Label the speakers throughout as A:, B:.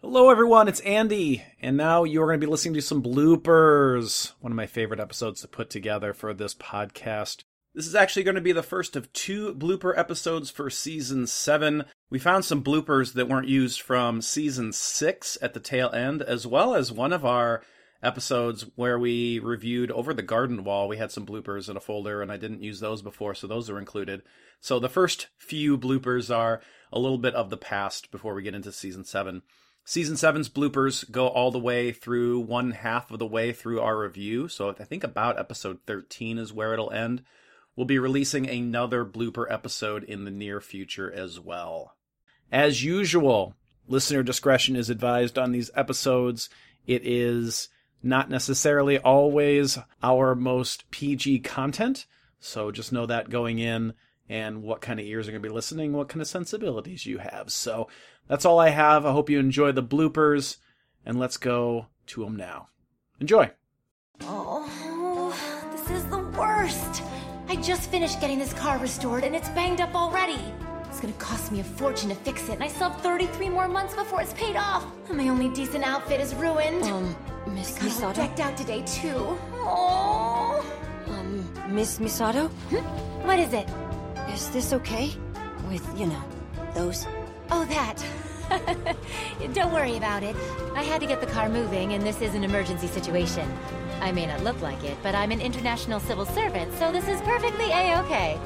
A: Hello, everyone. It's Andy, and now you are going to be listening to some bloopers. One of my favorite episodes to put together for this podcast. This is actually going to be the first of two blooper episodes for season seven. We found some bloopers that weren't used from season six at the tail end, as well as one of our episodes where we reviewed Over the Garden Wall. We had some bloopers in a folder, and I didn't use those before, so those are included. So the first few bloopers are a little bit of the past before we get into season seven. Season seven's bloopers go all the way through one half of the way through our review. So I think about episode 13 is where it'll end. We'll be releasing another blooper episode in the near future as well. As usual, listener discretion is advised on these episodes. It is not necessarily always our most PG content. So just know that going in and what kind of ears are going to be listening, what kind of sensibilities you have. So that's all I have. I hope you enjoy the bloopers, and let's go to them now. Enjoy.
B: Oh, this is the worst. I just finished getting this car restored and it's banged up already. It's gonna cost me a fortune to fix it, and I still have 33 more months before it's paid off. And my only decent outfit is ruined.
C: Um, Miss
B: Got all
C: Misato?
B: decked out today, too. Oh,
C: Um, Miss Misato?
B: what is it?
C: Is this okay? With, you know, those?
B: Oh, that. Don't worry about it. I had to get the car moving, and this is an emergency situation. I may not look like it, but I'm an international civil servant, so this is perfectly a okay.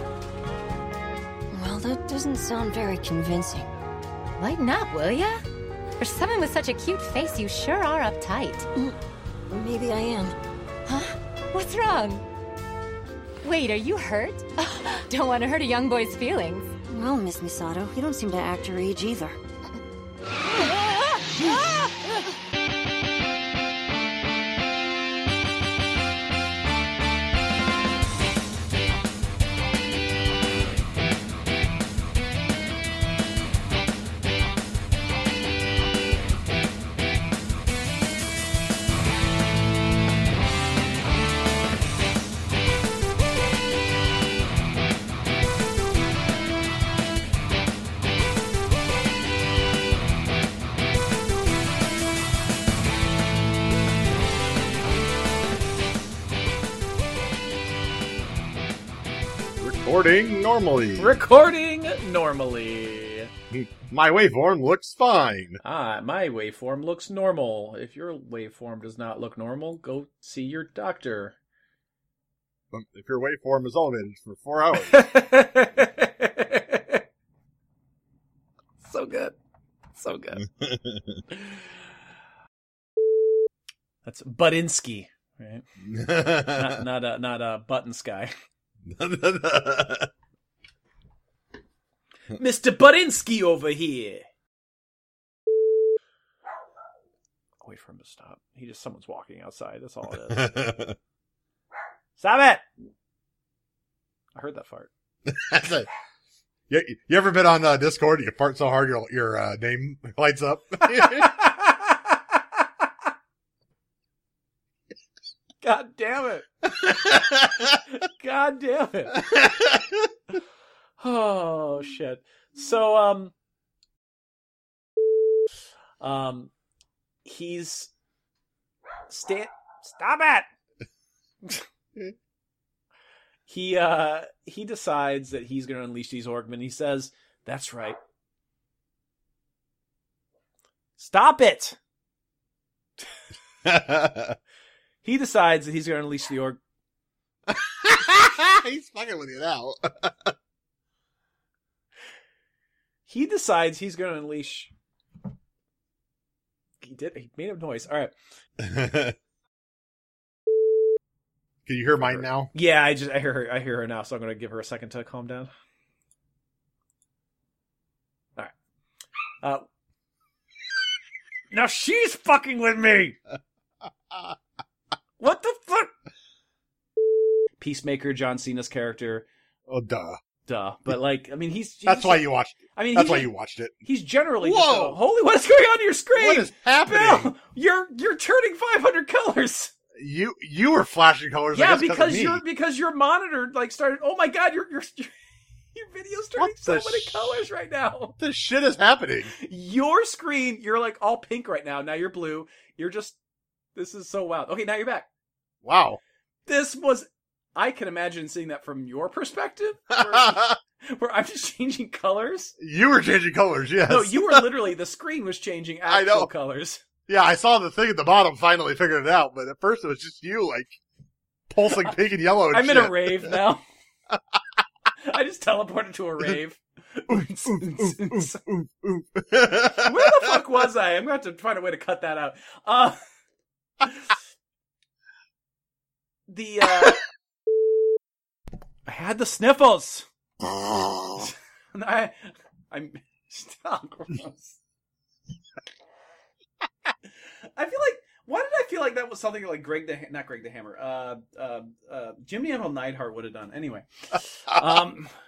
C: Well, that doesn't sound very convincing.
B: Lighten up, will ya? For someone with such a cute face, you sure are uptight.
C: Maybe I am.
B: What's wrong? Wait, are you hurt? Don't want to hurt a young boy's feelings.
C: Well, Miss Misato, you don't seem to act your age either.
D: Recording normally.
A: Recording normally.
D: My waveform looks fine.
A: Ah, my waveform looks normal. If your waveform does not look normal, go see your doctor.
D: Um, If your waveform is elevated for four hours,
A: so good. So good. That's Budinsky, right? Not not a not a button sky. Mr. Budinsky over here. Wait for him to stop. He just someone's walking outside. That's all it is.
D: That's
A: stop it. I heard that fart.
D: a- you, you ever been on uh, Discord? and You fart so hard, your your uh, name lights up.
A: God damn it. God damn it. Oh shit. So um um he's sta stop it. he uh he decides that he's going to unleash these orgmen. He says, "That's right. Stop it." He decides that he's going to unleash the org
D: He's fucking with you now.
A: he decides he's going to unleash he did he made a noise all right
D: Can you hear mine now?
A: yeah i just i hear her i hear her now so i'm going to give her a second to calm down all right uh now she's fucking with me what the fuck peacemaker john cena's character
D: Oh, duh.
A: duh but like i mean he's
D: That's
A: he's-
D: why you watched.
A: i mean
D: That's
A: he's,
D: why you watched it.
A: he's generally just
D: Whoa!
A: a- holy what is going on to your screen
D: What is happening?
A: Bill, you're you're turning 500 colors.
D: You you were flashing colors. I
A: yeah,
D: guess, 'cause of
A: because
D: me.
A: your because your monitor like started. Oh my god, your your Your video's turning
D: What
A: so
D: the
A: many
D: sh-
A: colors right now.
D: What the shit is happening?
A: Your screen, you're like all pink right now. Now you're blue. You're just. This is so wild. Okay, now you're back.
D: Wow.
A: This was. I can imagine seeing that from your perspective, where I'm just changing colors.
D: you were changing colors, yes.
A: No, you were literally the screen was changing
D: I
A: actual
D: know.
A: colors.
D: Yeah, I saw the thing at the bottom finally figured it out, but at first it was just you, like, pulsing pink and yellow and
A: I'm
D: Oh, shit.
A: in a rave now. I just teleported to a rave. Where the
D: Ooh, ooh.
A: fuck was I? I'm going to have to find a way to cut that out. Uh, the uh, I had the sniffles. And I, I'm stop. Gross. I feel like why did I feel like that was something like Greg the not Greg the Hammer, uh, uh, uh, Jimmy Anvil Neidhart would have done anyway. Um,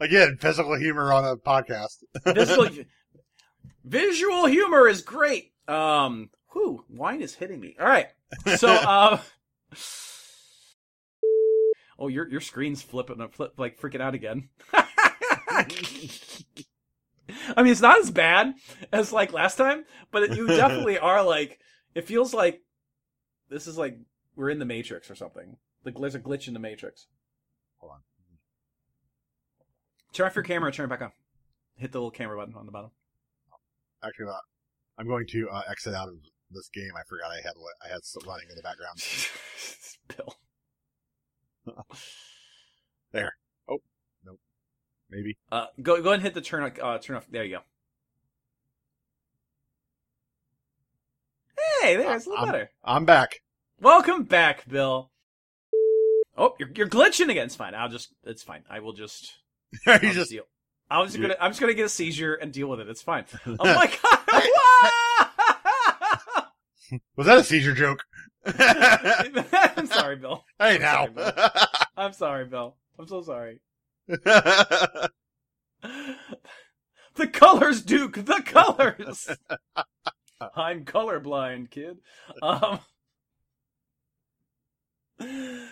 D: Again, physical humor on a podcast.
A: visual, visual humor is great. Um, whew, wine is hitting me. All right, so uh, oh, your your screen's flipping, uh, flip like freaking out again. I mean, it's not as bad as like last time, but it, you definitely are like it feels like this is like we're in the Matrix or something. Like there's a glitch in the Matrix.
D: Hold on.
A: Turn off your camera. Turn it back on. Hit the little camera button on the bottom.
D: Actually, not. I'm going to uh, exit out of this game. I forgot I had what I had s- running in the background.
A: Bill.
D: Maybe.
A: Uh, go go ahead and hit the turn uh, turn off. There you go. Hey, there it's a little
D: I'm-
A: better.
D: I'm back.
A: Welcome back, Bill. Oh, you're, you're glitching again. It's fine. I'll just it's fine. I will just
D: you
A: I'll
D: just
A: deal. I'm just gonna I'm just gonna get a seizure and deal with it. It's fine. Oh my
D: was that a seizure joke? hey
A: god! I'm sorry, Bill.
D: now.
A: I'm sorry, Bill. I'm so sorry. The colors, Duke. The colors. I'm colorblind, kid. Um,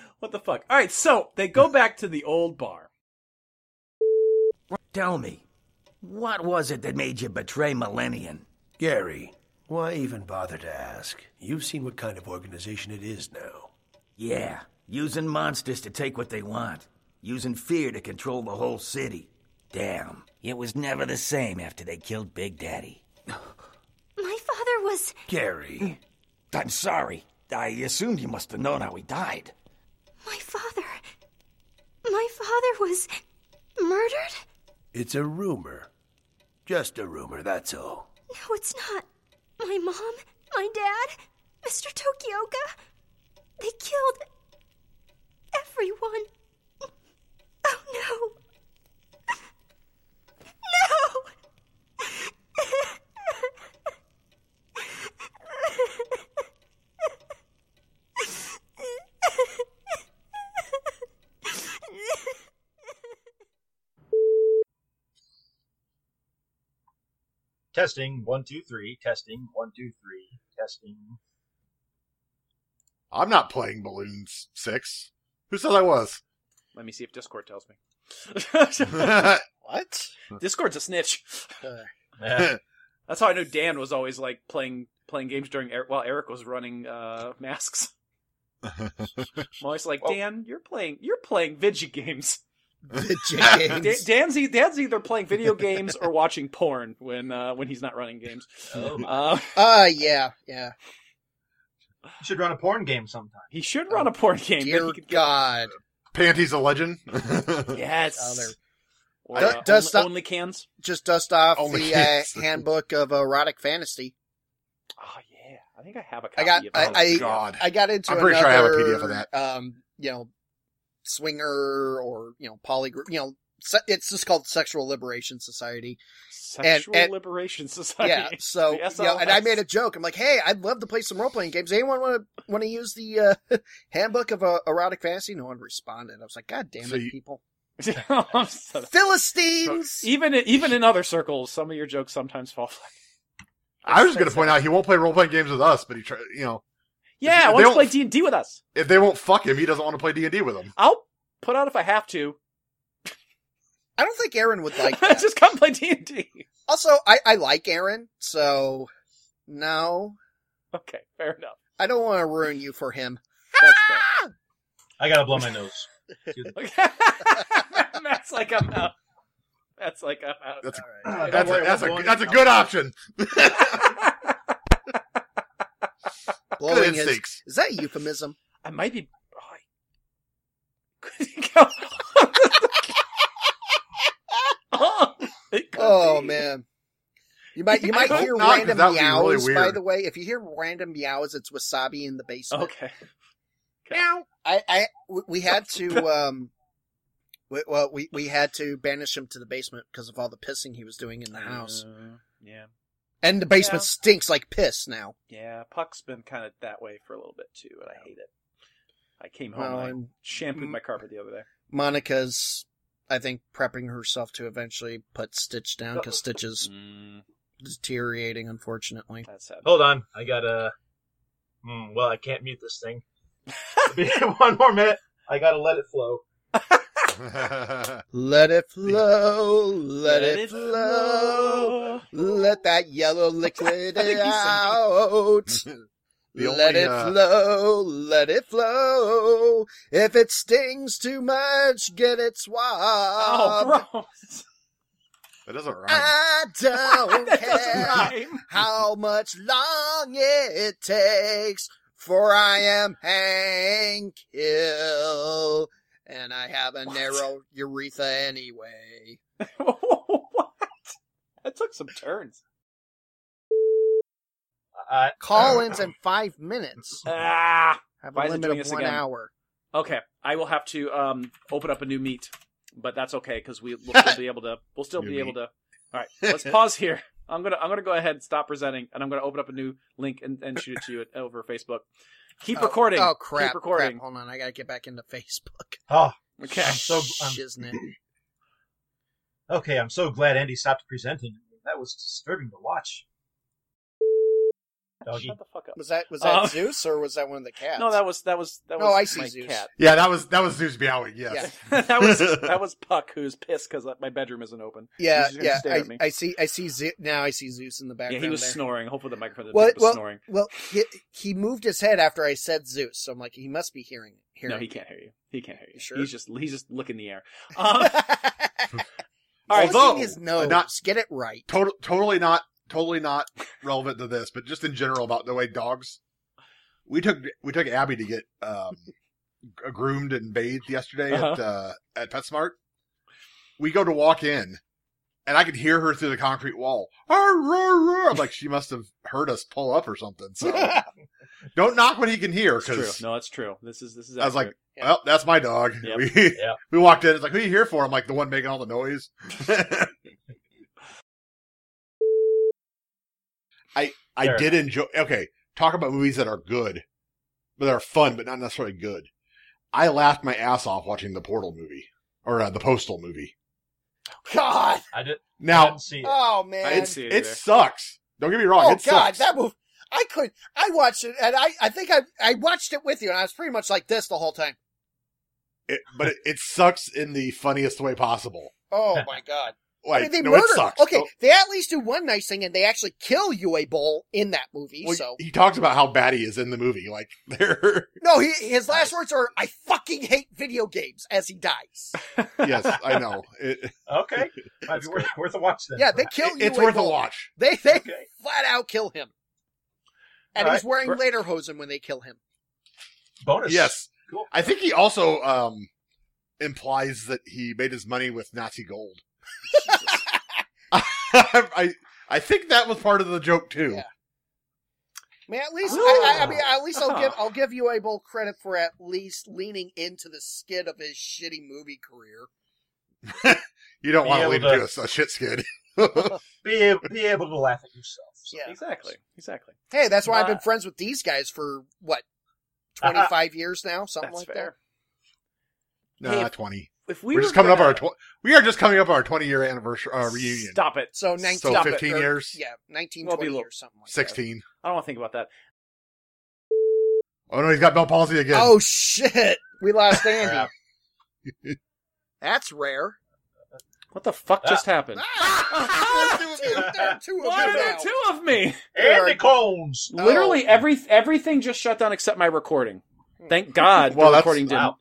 A: what the fuck? All right, so they go back to the old bar.
E: Tell me, what was it that made you betray Millennium? Gary, why even bother to ask? You've seen what kind of organization it is now. Yeah, using monsters to take what they want, using fear to control the whole city. Damn, it was never the same after they killed Big Daddy.
C: My father was.
E: Gary. Mm. I'm sorry. I assumed you must have known how he died.
C: My father. My father was. murdered?
E: It's a rumor. Just a rumor, that's all.
C: No, Oh, it's not. My mom, my dad, Mr. Tokioka. They killed. everyone. Oh no. No!
F: Testing one two three. Testing one two three. Testing.
D: I'm not playing Balloons Six. Who said I was?
A: Let me see if Discord tells me. Uh,
F: What?
A: Discord's a snitch.
F: Eh,
A: That's how I know Dan was always like playing playing games during Eric, while Eric was running uh, masks. I'm always like, Dan, you're playing you're playing video games. Da- Dan's, e- Dan's either playing video games or watching porn when uh, when he's not running games.
F: oh.
A: Uh,
G: Ah, yeah, yeah.
F: You should run a porn game sometime.
A: he should run a porn game. then
G: Oh, Dear
A: he could get-
G: God.
D: Panties a legend.
G: Oh,
A: yes.
G: there-
A: Or,
G: Do-
A: uh,
G: does
A: only,
G: some-
A: only cans.
G: Just dust off
D: Only
G: the uh,
D: kids.
G: handbook of erotic fantasy.
A: Oh yeah, I think I have a copy.
G: I got-
A: Of Oh,
G: I-
A: that.
G: I-
D: God.
G: I got into
D: I'm pretty sure I have a
G: another,
D: PDF of that.
G: Um, you know, swinger or you know polygr. You know, se- it's just called Sexual Liberation Society.
A: Sexual
G: and-
A: Liberation Society.
G: Yeah. So
A: The
G: you know, and I
A: SLS.
G: made a joke. I'm like, hey, I'd love to play some role playing games. Anyone want to want to use the uh, handbook of uh, erotic fantasy? No one responded. I was like, God damn
D: So
G: it,
D: you-
G: people.
A: I'm so-
G: Philistines.
A: even in- even in other circles, some of your jokes sometimes fall flat.
D: I was just going to point out he won't play role playing games with us, but he, try, you know,
A: Yeah,
D: They
A: why don't you
D: don't-
A: play D and D with us?
D: if they won't fuck him, he doesn't want to play D and D with them.
A: I'll put out if I have to.
G: I don't think Aaron would like that.
A: just come play D&D.
G: Also, I, I like Aaron, so no,
A: Okay, fair enough.
G: I don't want to ruin you for him.
A: That's fair.
F: I gotta blow my nose.
A: Okay. That's like I'm out. That's like I'm out.
D: That's-
A: All
F: Oh,
A: right.
D: That's a, that's a that's a good option. Good
G: Blowing his,
D: instincts.
G: is that a euphemism?
A: I might be. Oh, I- Could it go? oh, it could
G: Oh
A: be.
G: man, you might you
A: I
G: might
A: hope
G: hear
D: not, 'cause
G: random
D: that would be
G: meows.
D: really
G: by
D: weird.
G: the way, if you hear random meows, it's wasabi in the basement.
A: Okay.
G: I, I we- we had to um, we, well we we had to banish him to the basement because of all the pissing he was doing in the house,
A: Uh, yeah,
G: and the basement
A: yeah.
G: stinks like piss now.
A: yeah. Puck's been kind of that way for a little bit too, and I hate it. I came home.
G: Well,
A: and I
G: and
A: shampooed my carpet the other day.
G: Monica's, I think, prepping herself to eventually put Stitch down because Stitch is Mm. deteriorating, unfortunately.
A: that's sad.
F: Hold on, I gotta. Hmm, well, I can't mute this thing. One more minute. I gotta let it flow.
G: Let it flow, let, it, flow. Let that yellow liquid
A: I think he's
G: out.
D: The
G: let
D: only,
G: it
D: uh,
G: flow, let it flow. If it stings too much, get it swabbed. Um,
A: Oh, gross.
D: that doesn't rhyme.
G: I don't
A: that
G: care.
A: doesn't rhyme.
G: how much long it takes, for I am Hank Hill, and I have a
A: What?
G: narrow urethra anyway.
A: what? That took some turns.
F: I,
G: Call-ins in five minutes.
A: Ah.
G: Have
A: Why
G: a
A: is it
G: limit
A: doing
G: of
A: this
G: one
A: again?
G: hour.
A: Okay, I will have to um, open up a new meet, but that's okay because we will still be able to. We'll still
D: New
A: be
D: meat.
A: able to. All right, let's pause here. I'm gonna I'm gonna go ahead and stop presenting, and I'm gonna open up a new link and, and shoot it to you over Facebook. Keep
G: Oh,
A: recording.
G: Oh, crap!
A: Keep recording.
G: crap. Hold on, I gotta get back into Facebook.
F: oh,
A: Okay.
F: I'm
G: um,
F: so I'm,
G: Shiznit.
F: okay. I'm so glad Andy stopped presenting. That was disturbing to watch. Doggy.
A: Shut the fuck up.
G: Was that was that
A: that Um,
G: Zeus or was that one of the cats?
A: No, that was that was that
G: Oh. No,
A: was
G: Oh, I see
A: my
G: Zeus.
A: cat.
D: Yeah, that was that was Zeus meowing. Yes.
A: that was that was Puck who's pissed because my bedroom isn't open.
G: yeah,
A: He's just gonna
G: yeah.
A: stare
G: I,
A: at me.
G: I see, I see. Zeus, now I see Zeus in the
A: Yeah,
G: background.
A: he was
G: there.
A: snoring. Hopefully the microphone didn't
G: Well,
A: was
G: well,
A: snoring.
G: Well, he he moved his head after I said Zeus, so I'm like, he must be hearing hearing.
A: No, he can't hear you. He can't hear you.
G: You sure?
A: He's just he's just looking in the air. Um, right.
G: Although,
D: Although,
G: his nose.
D: not-
G: get it right.
D: Total, totally not totally not relevant to this, but just in general about the way dogs. We took we took Abby to get um, g- groomed and bathed yesterday at
A: Uh-huh.
D: uh, at PetSmart. We go to walk in, and I could hear her through the concrete wall. "Arr, roar, roar." I'm like, she must have heard us pull up or something. So don't knock what he can hear.
A: That's true.
D: Because
A: No, that's true. This is this is.
D: I was like,
A: accurate.
G: Yeah.
D: well, that's my dog.
A: Yep.
D: We
F: Yeah.
D: we walked in. It's like, who you here for? I'm like, the one making all the noise. I I
F: Fair
D: did enjoy. Okay, talk about movies that are good, but that are fun, but not necessarily good. I laughed my ass off watching the Portal movie or uh, the Postal movie.
G: God.
F: I, did, I
D: Now
F: didn't see it.
G: Oh man.
A: I didn't see it.
D: it,
A: either.
D: sucks. Don't get me wrong.
G: oh
D: it
G: God,
D: sucks.
G: that move. I could. I watched it, and I I think I I watched it with you, and I was pretty much like this the whole time.
D: It- but it, it sucks in the funniest way possible.
G: Oh my God.
D: Like
G: I mean, they
D: no,
G: murder.
D: it sucks.
G: Okay,
D: Oh,
G: they at least do one nice thing, and they actually kill Uwe Boll in that movie.
D: well,
G: so
D: he talks about how bad he is in the movie. Like they're
G: no, he, his last words are "I fucking hate video games" as he dies.
D: yes, I know. It,
F: Okay, might be worth, worth a watch then.
G: yeah, they kill.
D: it's
G: Uwe
D: worth a
G: Boll.
D: watch.
G: They they
F: Okay.
G: flat out kill him. And
F: All
G: he's
F: right.
G: wearing
F: We're-
G: lederhosen when they kill him.
F: Bonus.
D: Yes,
F: Cool.
D: I think he also um, implies that he made his money with Nazi gold. I I think that was part of the joke too.
G: Yeah. Man, at least I,
A: Ah.
G: I, I mean, at least I'll
A: Ah.
G: give I'll give you Abel credit for at least leaning into the skid of his shitty movie career.
D: You don't
F: Be
D: want to
F: able
D: lead
F: to-
D: into a, a shit skid.
F: Be able, be able to laugh at yourself. So.
G: Yeah.
A: Exactly. Exactly.
G: Hey, that's why I've been
A: Ah.
G: friends with these guys for what twenty five years now, something
A: Uh-huh. That's
G: like
A: fair.
D: nah,
A: Hey, if
D: twenty.
A: If we
D: We are just coming up our tw- we are just coming up our twenty year anniversary uh, reunion.
A: Stop it.
G: that. So nineteen,
D: So
G: stop it,
D: 15
G: or-
D: years?
G: yeah, 19,
A: Well,
G: 20
A: be low.
G: years, something like that.
D: Sixteen.
A: I don't want to think about that.
D: Oh no, he's got Bell palsy again.
G: Oh shit, we lost Andy.
F: Crap.
G: that's rare.
A: What the fuck just
D: Ah,
A: happened?
G: There's two, there are two of
A: Why
G: them
A: are there
G: now.
A: two of me?
F: And the cones.
G: Oh.
A: Literally every everything just shut down except my recording.
G: Hmm.
A: Thank God
D: Well,
A: the
D: that's-
A: recording didn't.
F: wow.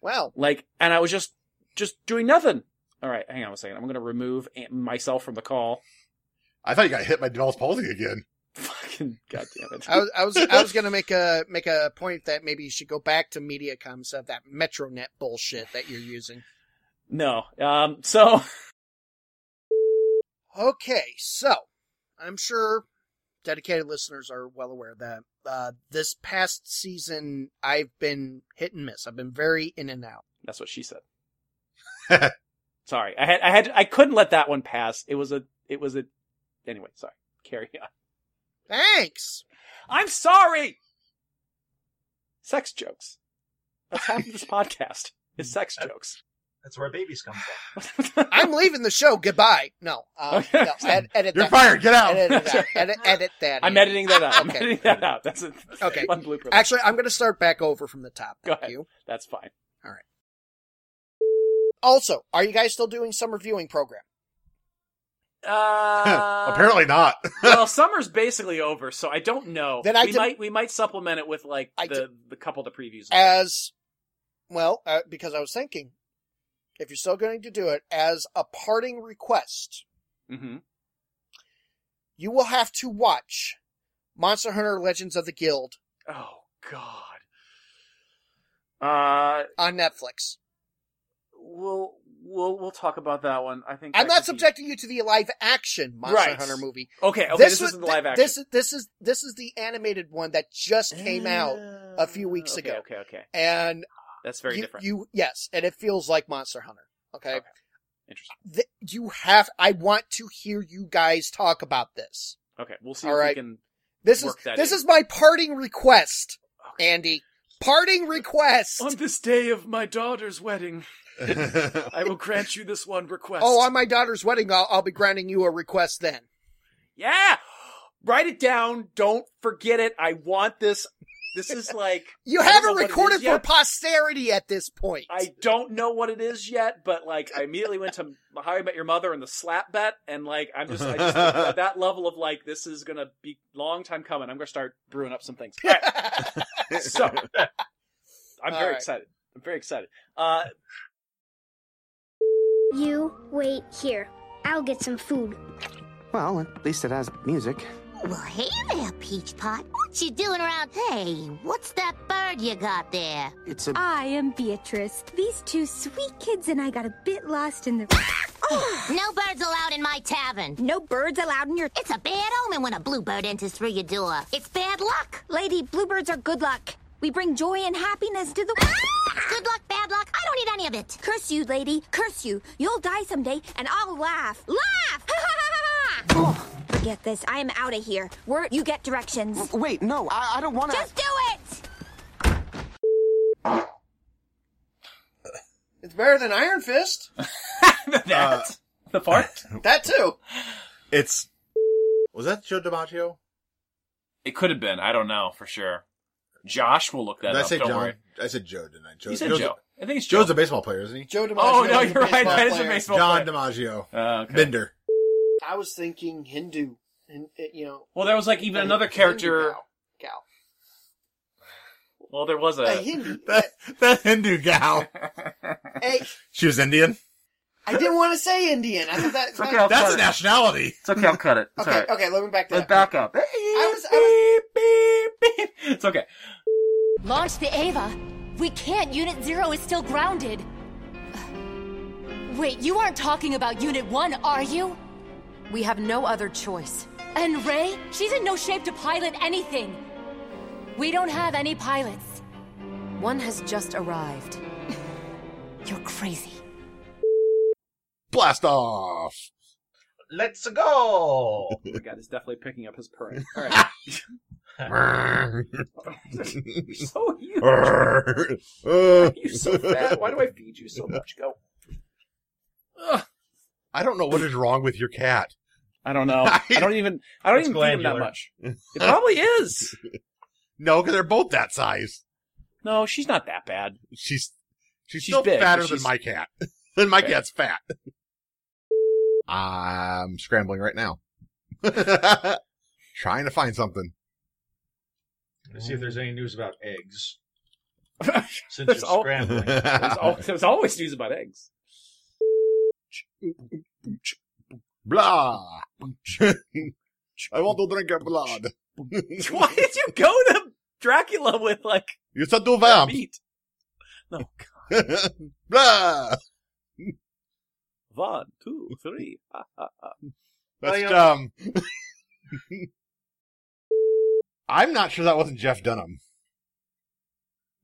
G: Well,
A: Like, and I was just just doing nothing. All right, hang on a second. I'm gonna remove a- myself from the call.
D: I thought you got hit by Devil's palsy again.
A: Fucking goddamn it!
G: I was I was I was gonna make a make a point that maybe you should go back to MediaCom stuff, that MetroNet bullshit that you're using.
A: No. Um. So
G: Okay, so I'm sure dedicated listeners are well aware that uh, this past season I've been hit and miss. I've been very in and out.
A: that's what she said. sorry, I had I had I couldn't let that one pass. It was a it was a anyway. Sorry. Carry on.
G: Thanks.
A: I'm sorry. Sex jokes. That's half of this podcast. Is sex jokes.
F: That's where babies come from.
G: I'm leaving the show. Goodbye. No, uh,
A: Okay.
G: no. Ed, edit
D: You're
G: that.
D: fired. Get out.
G: Edit that. Edit, edit that.
A: I'm
G: in.
A: editing that out. I'm
G: Okay.
A: editing that out. That's a
G: Okay.
A: one blooper.
G: Actually, I'm going to start back over from the top.
A: Go
G: Thank
A: ahead.
G: you.
A: That's fine.
G: Also, are you guys still doing summer viewing program?
A: Uh,
D: Apparently not.
A: well, summer's basically over, so I don't know.
G: Then I
A: we
G: did-
A: might we might supplement it with like
G: I
A: the the couple of the previews.
G: As well, uh, because I was thinking, if you're still going to do it, as a parting request,
A: hmm
G: you will have to watch Monster Hunter Legends of the Guild
A: Oh God. Uh,
G: on Netflix.
A: we'll we'll we'll talk about that one. I think
G: I'm
A: that
G: not
A: could be-
G: subjecting you to the live action Monster
A: Right.
G: Hunter movie.
A: Okay, okay, this,
G: was-
A: isn't the live
G: th-
A: action.
G: This is this is this is the animated one that just came out, a few weeks
A: Ah, Okay,
G: ago.
A: Okay, okay,
G: and
A: that's very
G: you,
A: different.
G: you yes, and it feels like Monster Hunter. Okay,
A: Okay. Interesting.
G: Th- you have. I want to hear you guys talk about this.
A: Okay, we'll see
G: All
A: if
G: right.
A: we can.
G: This
A: Work
G: is
A: that
G: this
A: in.
G: is my parting request, Andy. Parting request.
A: this day of my daughter's wedding, I will grant you this one request.
G: oh, on my daughter's wedding, I'll, I'll be granting you a request then.
A: Yeah. Write it down. Don't forget it. I want this. This is like
G: You
A: I don't know
G: haven't
A: what it
G: recorded
A: is
G: for
A: yet.
G: posterity at this point.
A: I don't know what it is yet, but like I immediately went to How I Met Your Mother and the slap bet, and like I'm just, I just at that level of like this is gonna be long time coming. I'm gonna start brewing up some things. All right, so I'm
G: All
A: very
G: right.
A: excited. I'm very excited. Uh,
H: You wait here. I'll get some food.
I: Well, at least it has music.
J: Well, hey there, Peach Pot. What you doing around? Hey, what's that bird you got there?
I: It's a.
C: I am Beatrice. These two sweet kids and I got a bit lost in the.
J: No birds allowed in my tavern.
C: No birds allowed in your.
J: It's a bad omen when a bluebird enters through your door. It's bad luck.
C: Lady, bluebirds are good luck. We bring joy and happiness to the.
J: It's good luck, bad luck. I don't need any of it.
C: Curse you, lady. Curse you. You'll die someday, and I'll laugh. Laugh! oh, forget this. I am out of here. Where you get directions.
I: Wait, no, I, I don't want to.
C: Just do it!
G: It's better than Iron Fist.
A: that the fart.
G: That too.
D: Uh, it's. Was that Joe DiMaggio?
K: It could have been. I don't know for sure. Josh will look that
D: Did I
K: up.
D: say
K: don't
D: John?
K: worry.
D: I said Joe, didn't I? Joe,
K: You said
D: Joe's
K: Joe. I think it's
D: A,
K: Joe.
D: Joe's a baseball player, isn't he?
G: Joe DiMaggio.
K: oh no,
G: is a
K: you're right.
G: baseball
K: That is a
G: player.
K: baseball
D: John
K: player.
D: DiMaggio.
K: Uh, okay.
D: Bender.
G: I was thinking Hindu, and it- you know,
A: Well, there was like even another character.
G: Gal.
A: Well, there was
G: A
A: a.
G: Hindu.
D: That, that Hindu gal.
G: Hey,
D: She was Indian.
G: I didn't want to say Indian. I thought that.
K: okay, I'll
D: That's
K: cut
D: a
K: it.
D: nationality.
K: It's okay. I'll cut it. It's
G: okay,
K: all right.
G: okay, let me back
K: Let's
G: that. up.
K: back up.
G: was- I
K: Beep, beep, beep. It's okay.
B: Launch the Ava. We can't. Unit Zero is still grounded. Wait, you aren't talking about Unit One, are you? We have no other choice. And Ray? She's in no shape to pilot anything. We don't have any pilots. One has just arrived. You're crazy.
D: Blast off.
F: Let's go.
A: Oh my god, he's definitely picking up his purring. All right. You're so huge. You're so fat. Why do I feed you so much? Go.
D: I don't know what is wrong with your cat.
A: I don't know. I don't even. I don't
F: It's
A: even feed him that
F: glandular.
A: much. It probably is.
D: No, because they're both that size.
A: No, she's not that bad.
D: She's she's,
A: She's
D: still
A: big,
D: fatter
A: but
D: than
A: she's-
D: my cat. and my
A: Okay.
D: cat's fat. I'm scrambling right now. Trying to find something.
F: Let's see if there's any news about eggs. Since
A: There's
F: you're
A: al-
F: scrambling.
A: there's, al- there's always news about eggs.
D: Blah. I want to drink your blood.
A: Why did you go to Dracula with like
D: You said to vamp.
A: meat? No,
D: Blah.
A: One, two, three. Ha, ha, ha.
D: That's
A: uh,
D: um, dumb. I'm not sure that wasn't Jeff Dunham.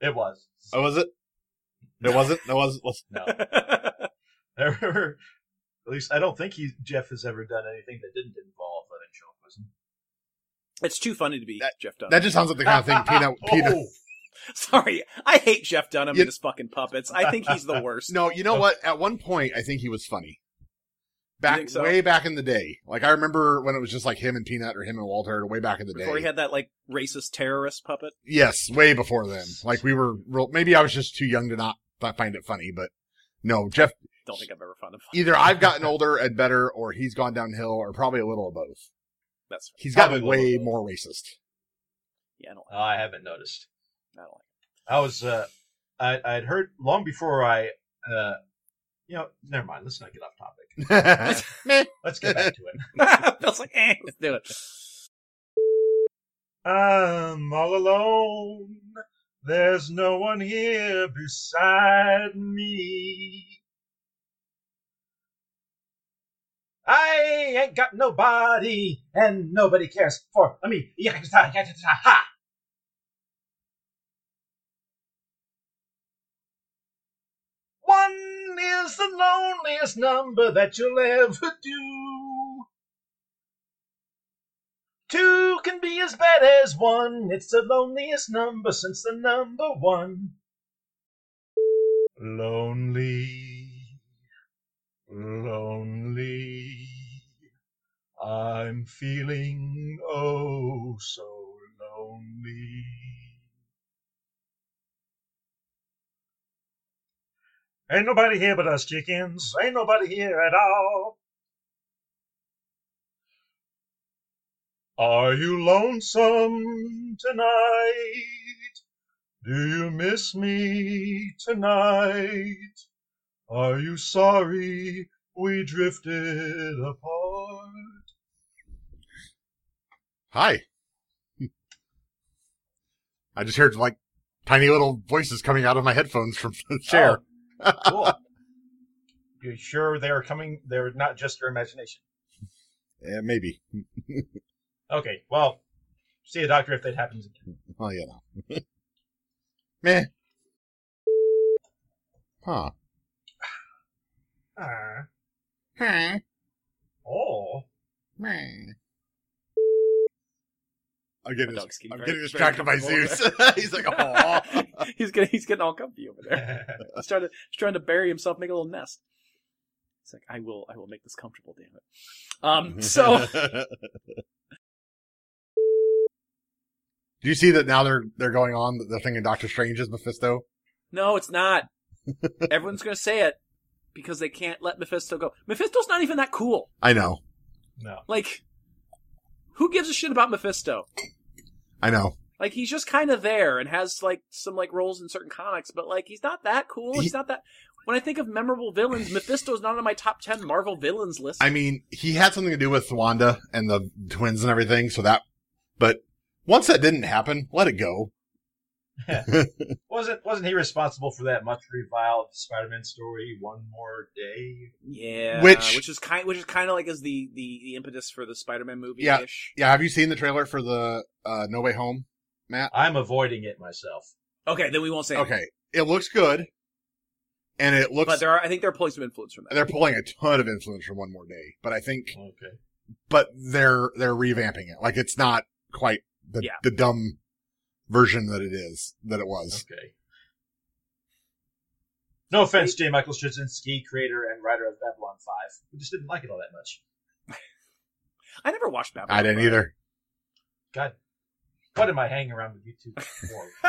F: It was.
D: Oh, was it? It wasn't. It wasn't. was-
F: No. Never. At least I don't think he Jeff has ever done anything that didn't involve an
A: It's too funny to be Jeff Dunham.
D: That just sounds like the kind of thing Pino.
F: Ah,
A: Oh.
D: Pino.
F: oh!
A: Sorry, I hate Jeff Dunham and his fucking puppets. I think he's the worst.
D: No, you know what? At one point, I think he was funny. Back
A: think so?
D: way back in the day, like I remember when it was just like him and Peanut or him and Walter. Way back in the
A: Before
D: day,
A: he had that like racist terrorist puppet.
D: yes, way before then. Like we were real. Maybe I was just too young to not, not find it funny, but no, Jeff.
A: Don't think I've ever found him.
D: Either I've gotten older and better, or he's gone downhill, or probably a little of both.
A: That's
D: He's gotten way more racist.
A: Yeah, I don't.
F: Oh, I haven't noticed.
A: I don't like
F: I was, uh, I, I'd heard long before I, uh, you know, never mind. Let's not get off topic.
D: let's,
F: let's get back to it.
A: Bill's like, eh, let's do it.
F: I'm all alone. There's no one here beside me. I ain't got nobody, and nobody cares for me. Ha! One is the loneliest number that you'll ever do. Two can be as bad as one. It's the loneliest number since the number one. Lonely, lonely. I'm feeling oh so lonely. Ain't nobody here but us chickens. Ain't nobody here at all. Are you lonesome tonight? Do you miss me tonight? Are you sorry we drifted apart?
D: Hi. I just heard like tiny little voices coming out of my headphones from
A: Oh.
D: the chair.
F: Oh, cool. You sure they're coming? They're not just your imagination.
D: Yeah, maybe.
F: Okay, well, see a doctor if that happens again.
D: Well, you know. Oh, Meh. Huh. Huh.
F: Oh.
D: I'm getting,
A: My dog's getting
D: I'm
A: very-
D: getting distracted by
A: very
D: Zeus.
A: comfortable over there.
D: He's like, oh.
A: he's getting he's getting all comfy over there. He's trying to he's trying to bury himself, make a little nest. He's like, I will I will make this comfortable, damn it. Um, so
D: Do you see that now they're they're going on the thing in Doctor Strange is Mephisto?
A: no, it's not. Everyone's gonna say it because they can't let Mephisto go. Mephisto's not even that cool.
D: I know.
F: No.
A: Like, who gives a shit about Mephisto?
D: I know.
A: Like he's just kind of there and has like some like roles in certain comics, but like he's not that cool. He's not that. When I think of memorable villains, Mephisto's not on my top ten Marvel villains list.
D: I mean, he had something to do with Wanda and the twins and everything, so that. But once that didn't happen, let it go.
F: Wasn't wasn't he responsible for that much reviled Spider-Man story? One more day.
A: yeah,
D: Which-
A: which is kind which is kind of like is the, the the impetus for the Spider-Man movie.
D: Yeah, yeah. Have you seen the trailer for the uh, No Way Home, Matt?
F: I'm avoiding it myself.
A: Okay, then we won't say.
D: Okay, it looks good, and it looks.
A: but there are I think there are pulling some influence from that.
D: they're pulling a ton of influence from One More Day, but I think,
F: Okay.
D: but they're they're revamping it. Like it's not quite the
A: Yeah.
D: the dumb version that it is that it was.
F: Okay. No offense, J. Michael Straczynski, creator and writer of Babylon 5. We just didn't like it all that much.
A: I never watched Babylon.
D: I didn't either.
F: God, what am I hanging around with you two for?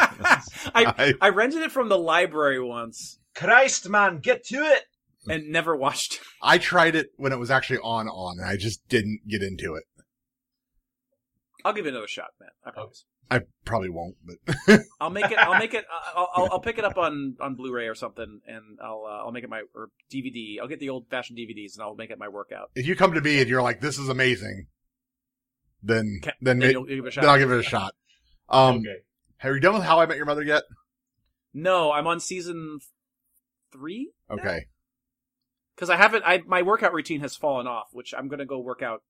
A: I I rented it from the library once.
F: Christ, man, get to it!
A: and never watched.
D: I tried it when it was actually on on, and I just didn't get into it.
A: I'll give it another shot, man. I promise.
D: I probably won't, but
A: I'll make it. I'll make it. uh, I'll, I'll, I'll pick it up on on Blu-ray or something, and I'll uh, I'll make it my or DVD. I'll get the old-fashioned DVDs, and I'll make it my workout.
D: if you come to me and you're like, "This is amazing," then
A: Ca-
D: then
A: then
D: ma-
A: you'll give it a shot.
D: then I'll give it a shot. Um,
A: Okay.
D: Have you done with How I Met Your Mother yet?
A: No, I'm on season three
D: Okay.
A: because I haven't. I my workout routine has fallen off, which I'm gonna go work out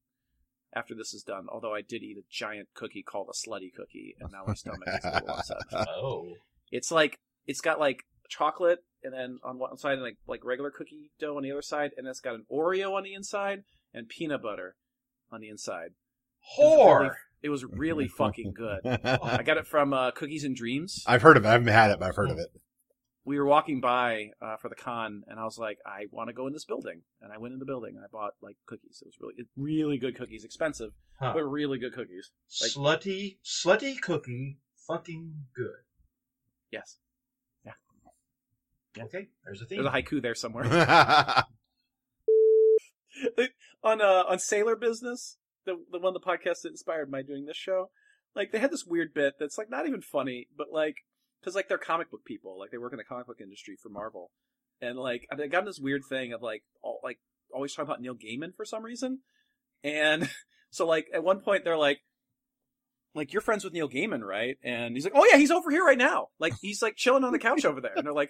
A: after this is done. Although I did eat a giant cookie called a slutty cookie, and now my stomach is a little upset.
D: uh,
F: Oh.
A: It's like it's got like chocolate, and then on one side, and like like regular cookie dough on the other side, and it's got an Oreo on the inside and peanut butter on the inside. It was
F: Whore.
A: really- It was really fucking good. I got it from uh, Cookies and Dreams
D: I've heard of it. I haven't had it, but I've heard of it.
A: we were walking by uh, for the con, and I was like, I want to go in this building, and I went in the building and I bought like cookies. It was really, really good cookies, expensive,
F: Huh.
A: but really good cookies. Like,
F: slutty, slutty cookie, fucking good.
A: yes, yeah.
F: Okay, there's a theme.
A: There's a haiku there somewhere.
D: on
A: uh, on Sailor Business, the the one of the podcast that inspired my doing this show, like they had this weird bit that's like not even funny, but like because like they're comic book people, like they work in the comic book industry for Marvel, and like I got in this weird thing of like all like always talking about Neil Gaiman for some reason, and so like at one point they're like. Like you're friends with Neil Gaiman, right? And he's like, "Oh yeah, he's over here right now. Like he's like chilling on the couch over there." And they're like,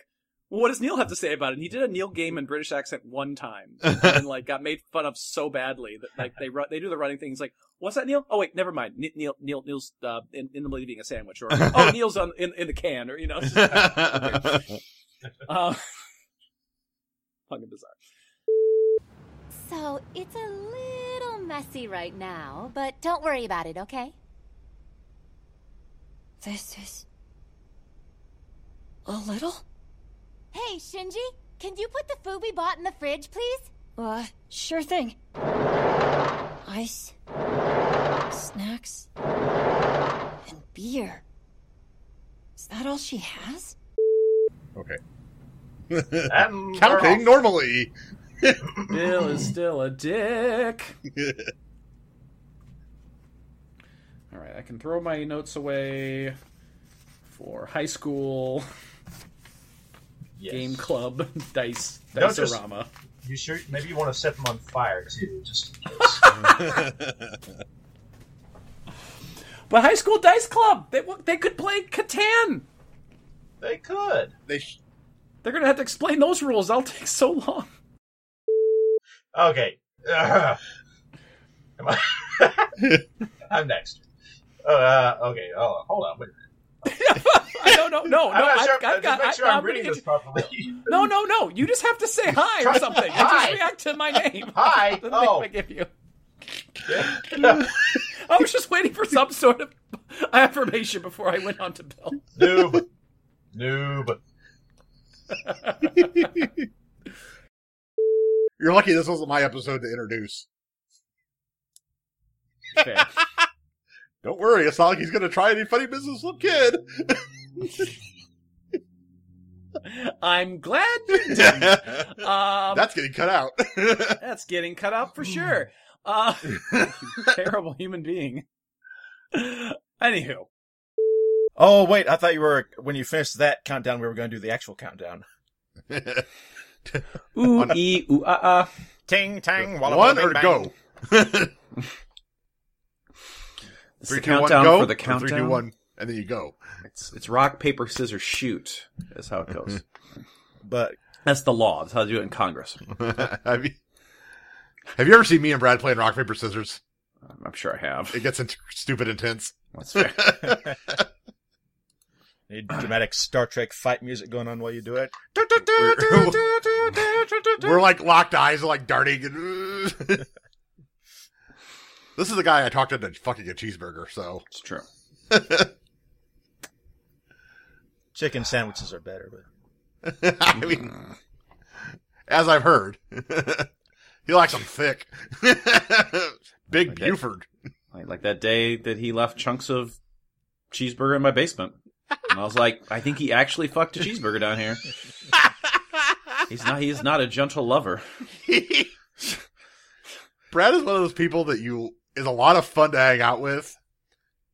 A: well, "What does Neil have to say about it?" And he did a Neil Gaiman British accent one time, and like got made fun of so badly that like they run, they do the running thing. He's like, "What's that, Neil? Oh wait, never mind. Ne- Neil Neil Neil's uh, in, in the middle of eating a sandwich, or oh Neil's on in, in the can, or you know." it's just- Uh, fucking bizarre.
B: So it's a little messy right now, but don't worry about it, okay?
L: This is. a little?
B: Hey, Shinji, can you put the food we bought in the fridge, please?
L: Uh, sure thing. Ice. Snacks. And beer. Is that all she has?
D: Okay.
F: Um, we're off.
D: Counting normally.
A: Bill is still a dick. All right, I can throw my notes away for high school game club dice
F: Don't just-
A: dicerama.
F: You sure? Maybe you want to set them on fire too, just in case.
A: But high school dice club, they wa- they could play Catan.
F: They could.
D: They.
A: They're gonna have to explain those rules. That'll take so long.
F: okay. Ugh. Am I? am next. Uh, okay. Oh, hold on. Wait a minute.
A: no, no, no, no.
F: I'm not
A: I've,
F: sure.
A: I've got.
F: just make sure
A: I,
F: I'm reading this properly.
A: No, no, no. You just have to say hi or something. And
F: Hi.
A: just react to my name.
F: Hi.
A: The name
F: Oh.
A: I give you. I was just waiting for some sort of affirmation before I went on to Bill.
F: Noob. Noob.
D: You're lucky this wasn't my episode to introduce.
A: Fair.
D: Don't worry, it's not like he's going to try any funny business with kid.
A: I'm glad you did. Um,
D: That's getting cut out.
A: that's getting cut out for sure. Uh, you terrible human being. Anywho,
M: Oh wait, I thought you were when you finished that countdown. We were going to do the actual countdown.
A: ooh ee ooh ah ah.
M: Ting tang. Walla, walla,
D: One
M: bing,
D: or
M: bang.
D: go.
A: It's
D: Three,
A: the
D: two, one,
A: countdown
D: go,
A: for the
D: or Three, two,
A: countdown.
D: one, and then you go.
A: It's it's rock paper scissors shoot. That's how it goes.
D: Mm-hmm.
M: but
A: that's the law. That's how they do it in Congress.
D: have, you, have you ever seen me and Brad playing rock paper scissors?
A: I'm sure I have.
D: It gets int- stupid intense.
A: That's fair.
M: Need dramatic Star Trek fight music going on while you do it.
D: We're like locked eyes, like darting. and- this is the guy I talked into fucking a cheeseburger. So
A: it's true.
M: Chicken sandwiches are better, but
D: I mean, as I've heard, he likes them thick, big Buford.
A: Like, like that day that he left chunks of cheeseburger in my basement. And I was like, I think he actually fucked a cheeseburger down here. He's not. He's not a gentle lover.
D: Brad is one of those people that you is a lot of fun to hang out with.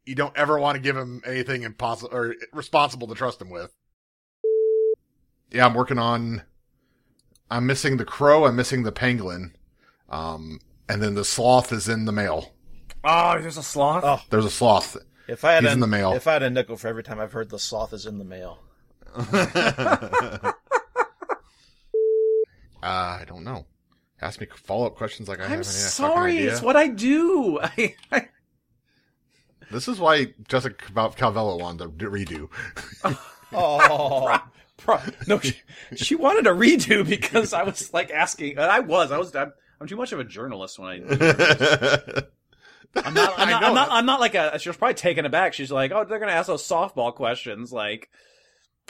D: You don't ever want to give him anything impossible or responsible to trust him with. Yeah, I'm working on. I'm missing the crow. I'm missing the pangolin, um, and then the sloth is in the mail.
A: Oh, there's a sloth.
F: Oh,
D: There's a sloth.
F: if I had
D: he's
F: a,
D: in the mail.
F: If I had a nickel for every time I've heard the sloth is in the mail.
D: uh, I don't know. Ask me follow up questions like I
A: I'm
D: haven't.
A: sorry. It's what I do. I, I
D: This is why Jessica Cal- Calvello wanted to redo.
A: oh. no, she, she wanted a redo because I was like asking, and I was, I was, I'm, I'm too much of a journalist when I. I'm not, I'm not, I'm not, I'm not like a. She was probably taken aback. She's like, "Oh, they're gonna ask those softball questions, like,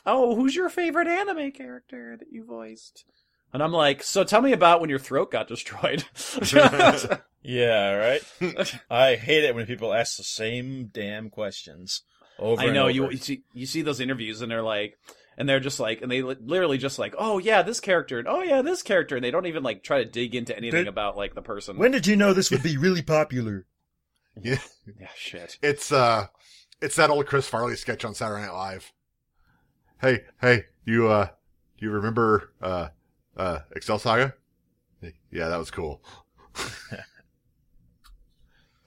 A: oh, who's your favorite anime character that you voiced?" And I'm like, "So tell me about when your throat got destroyed."
F: yeah, right. I hate it when people ask the same damn questions over.
A: I
F: and
A: know
F: over.
A: you, you see you see those interviews and they're like and they're just like and they li- literally just like oh yeah this character and oh yeah this character and they don't even like try to dig into anything
F: Did-
A: about like the person.
F: did you know this would be really popular?
D: yeah,
A: yeah, shit.
D: It's uh, it's that old Chris Farley sketch on Saturday Night Live. Hey, hey, you uh, you remember uh, uh, Excel Saga? Yeah, that was cool.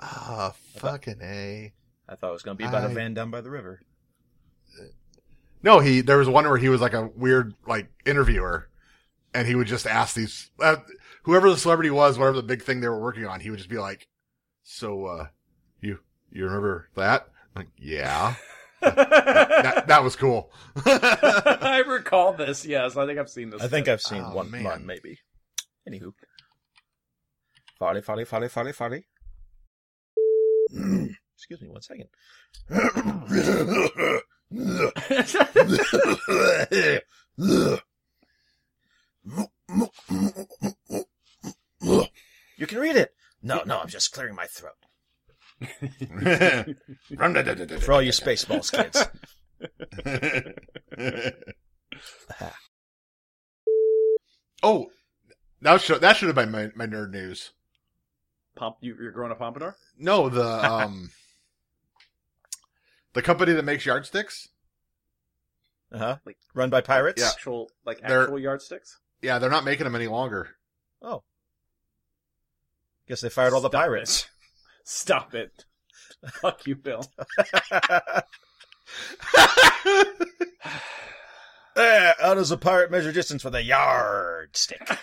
D: Ah, fucking a.
F: I thought it was going to be about a
D: I-
F: van down by the river.
D: No, he there was one where he was like a weird like interviewer, and he would just ask these uh, whoever the celebrity was, whatever the big thing they were working on, he would just be like, "So, uh, you you remember that?" I'm like, yeah, that, that- that was cool.
A: I recall this. Yes, I think I've seen this.
F: I think
A: bit.
F: I've seen
A: Oh,
F: one, one maybe. Anywho, folly, folly, folly, folly, folly. Excuse me, one second. you can read it. No, no, I'm just clearing my throat. For all you spaceballs kids.
D: oh, that should that should have been my, my nerd news.
A: Pomp, you, you're growing a pompadour.
D: No, the um, the company that makes yardsticks.
F: Uh huh. Run by pirates.
D: Yeah.
A: Actual like
D: They're-
A: actual yardsticks.
D: Yeah, they're not making them any longer.
F: Oh. Guess they fired all the pirates.
A: Stop it. Fuck you, Bill.
F: There, Eh, how does a pirate measure distance with a yardstick?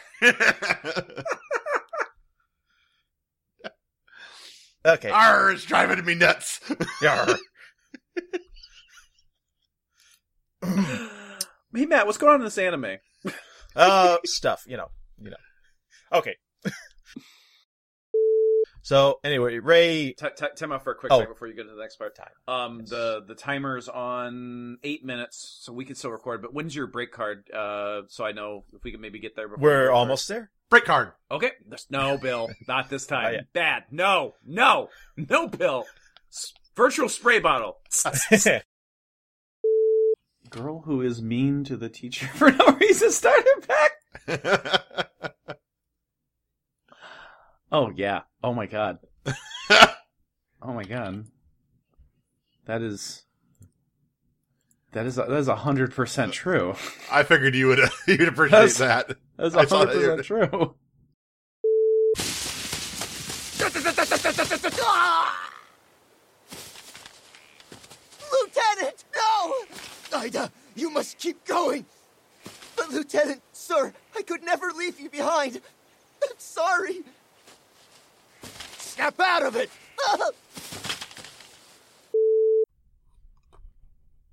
F: okay.
D: Arr, it's driving me nuts.
F: Yar.
A: Hey Matt, what's going on in this anime?
F: Uh, stuff, you know, you know. Okay. so anyway, Ray.
A: Ti- ti- time out for a quick
F: Oh.
A: second before you go to the next part. Um, the the timer's on eight minutes, so we can still record. But when's your break card? Uh, so I know if we can maybe get there. Before the
F: We're
A: break
F: almost there.
D: Break card.
A: card. Okay. There's- No, Bill, not this time.
F: Oh, yeah.
A: Bad. No, no, no, Bill. S- virtual spray bottle. Girl who is mean to the teacher for no reason started back. Oh yeah. Oh my god. oh my god. That is that is that is hundred percent true.
D: I figured you would you'd appreciate
A: That's-
D: that.
A: That's
D: I saw
A: hundred
D: that you-
A: percent true.
E: Lieutenant, no! Ida, you must keep going. But, Lieutenant, sir, I could never leave you behind. I'm sorry. Snap out of it!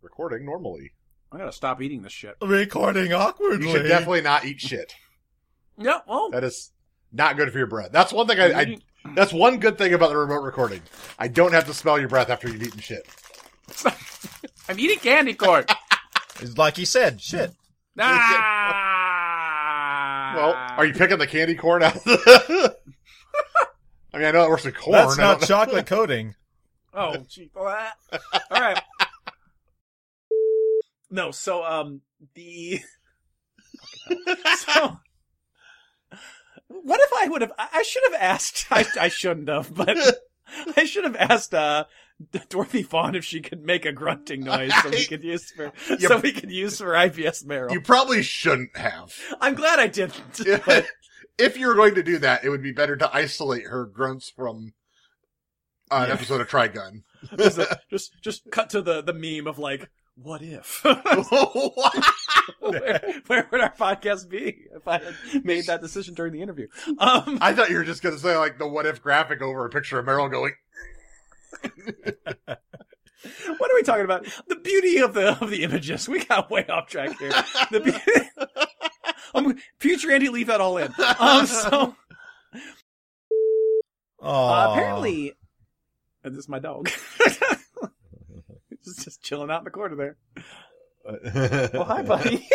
D: Recording normally.
A: I gotta stop eating this shit.
F: Recording awkwardly.
D: You should definitely not eat shit.
A: No, oh, well,
D: That is not good for your breath. That's one thing I, I that's one good thing about the remote recording. I don't have to smell your breath after you've eaten shit.
A: I'm eating candy corn.
F: like he said, shit.
A: Ah!
D: Well,
F: Ah.
D: are you picking the candy corn out? of the- I mean, I know it works with corn.
F: That's
D: I don't
F: not
D: know.
F: chocolate coating.
A: Oh, gee. All right. No, so um the so, what if I would have? I I should have asked. I, I shouldn't have, but I should have asked uh, Dorothy Fawn if she could make a grunting noise so we could use for so we could use for IPS Merrill.
D: You probably shouldn't have.
A: I'm glad I didn't.
D: if you were going to do that, it would be better to isolate her grunts from uh, an
A: Yeah.
D: episode of Trigun.
A: Just- just just cut to the the meme of like, what if? where, where would our podcast be if I had made that decision during the interview? Um,
D: I thought you were just going to say like the what if graphic over a picture of Meryl going.
A: What are we talking about? The beauty of the of the images. We got way off track here. The be- um, future Andy, leave that all in. Um, so uh, apparently, and this is my dog. It's just chilling out in the corner there. oh, hi, buddy.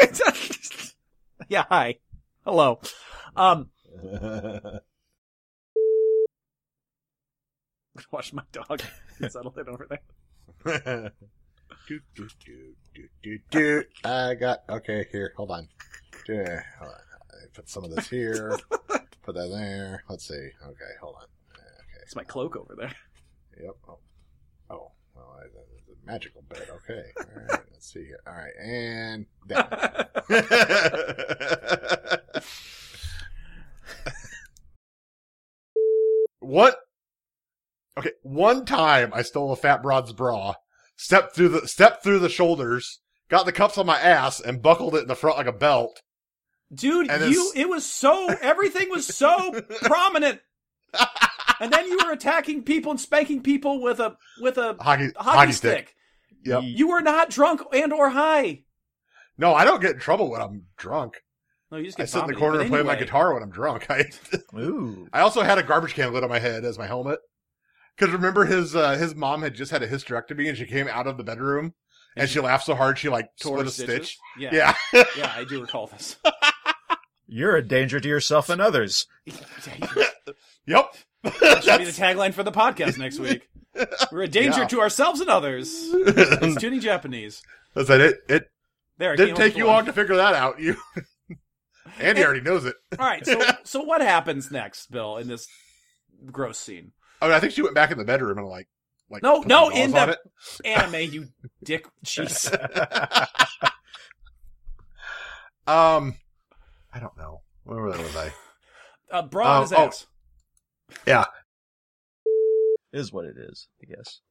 A: yeah, hi. Hello. Um, watch my dog settle in over there.
D: do, do, do, do, do, do. I got okay. Here, hold on. Yeah, hold on. I put some of this here. put that there. Let's see. Okay, hold on. Okay,
A: it's my cloak over there.
D: Yep. Oh, oh. Well, I, the, the magical bed. Okay. All right. Let's see here. All right, and down. what? Okay, one time I stole a fat broad's bra, stepped through the stepped through the shoulders, got the cuffs on my ass, and buckled it in the front like a belt.
A: Dude,
D: And
A: you
D: it's-
A: it was so everything was so prominent. And then you were attacking people and spanking people with a with a
D: Hockey-
A: a
D: hockey stick. Yep.
A: You were not drunk and or high.
D: No, I don't get in trouble when I'm drunk.
A: No, you just
D: I
A: get
D: sit in the
A: vomited.
D: corner
A: But
D: and play my
A: anyway,
D: guitar when I'm drunk. I,
F: Ooh.
D: I also had a garbage can lid on my head as my helmet. Because remember, his uh, his mom had just had a hysterectomy, and she came out of the bedroom, and, she laughed so hard she like
A: tore
D: split a
A: stitches.
D: stitch.
A: Yeah. yeah, I do recall this.
F: You're a danger to yourself and others.
D: Yep.
A: That should be the tagline for the podcast next week. We're a danger
D: Yeah.
A: to ourselves and others. It's tuning Japanese.
D: That's it. It, it
A: There, I came
D: didn't
A: up with
D: take
A: the
D: you
A: one.
D: long to figure that out. You, Andy already knows it.
A: All right, so so what happens next, Bill, in this gross scene?
D: I mean, I think she went back in the bedroom and like, like
A: no,
D: put
A: no,
D: some
A: in
D: gauze on
A: the
D: it.
A: anime, you dick cheese.
D: Um, I don't know. Where was I?
A: Uh, bra on
D: Oh,
A: his
D: oh.
A: ass.
D: Yeah.
F: Is what it is, I guess.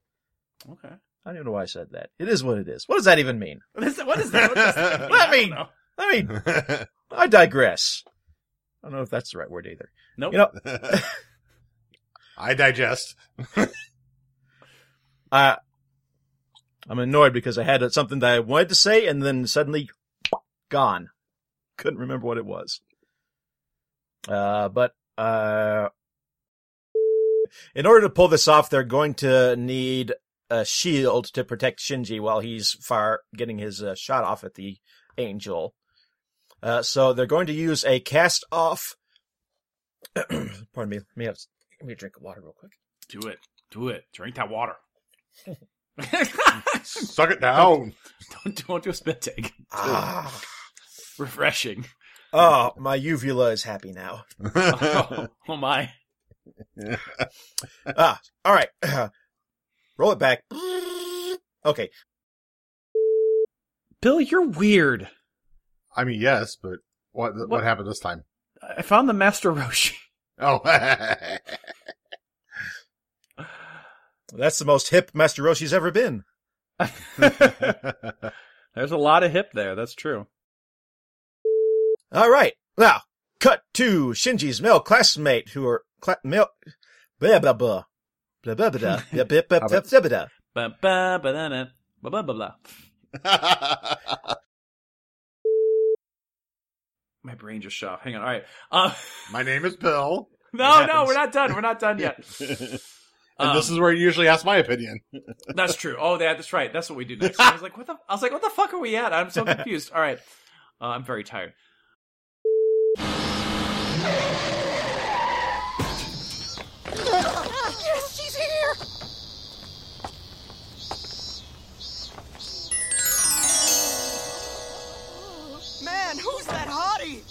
A: Okay.
F: I don't even know why I said that. It is what it is. What does that even mean?
A: What is that? What is that? What does that mean?
F: Let
A: I
F: me,
A: don't know.
F: let me. I digress. I don't know if that's the right word either.
A: Nope.
F: You know,
D: I digest.
F: I, I'm annoyed because I had something that I wanted to say and then suddenly gone. Couldn't remember what it was. Uh, but uh, in order to pull this off, they're going to need a shield to protect Shinji while he's fire getting his uh, shot off at the angel. Uh, so they're going to use a cast off. pardon me. Let me have let me drink of water real quick.
N: Do it. Do it. Drink that water.
D: Suck it down.
A: Don't don't do a spit take.
F: Ah.
A: Refreshing.
F: Oh, my uvula is happy now.
A: oh, oh my.
F: ah, all right. Roll it back. Okay.
A: Bill, you're weird.
D: I mean, yes, but what what,
A: What?
D: happened this time?
A: I found the Master Roshi.
D: Oh,
F: That's the most hip Master Roshi's ever been.
A: There's a lot of hip there. That's true.
F: All right. Now, cut to Shinji's male classmate who are cla- male. Blah, blah, blah. Blah, blah, blah, blah, blah, blah, blah, blah, blah, blah.
A: Ba ba ba da, da, ba ba ba blah. My brain just shot. off. Hang on. All right. Uh,
D: My name is Bill.
A: no,
D: It
A: no,
D: happens.
A: we're not done. We're not done yet.
D: and
A: Um,
D: this is where you usually ask my opinion.
A: That's true. Oh, that, that's right. That's what we do next. I was like, what the? I was like, what the fuck are we at? I'm so confused. All right, uh, I'm very tired.
J: Yes, she's here! Man, who's that hottie?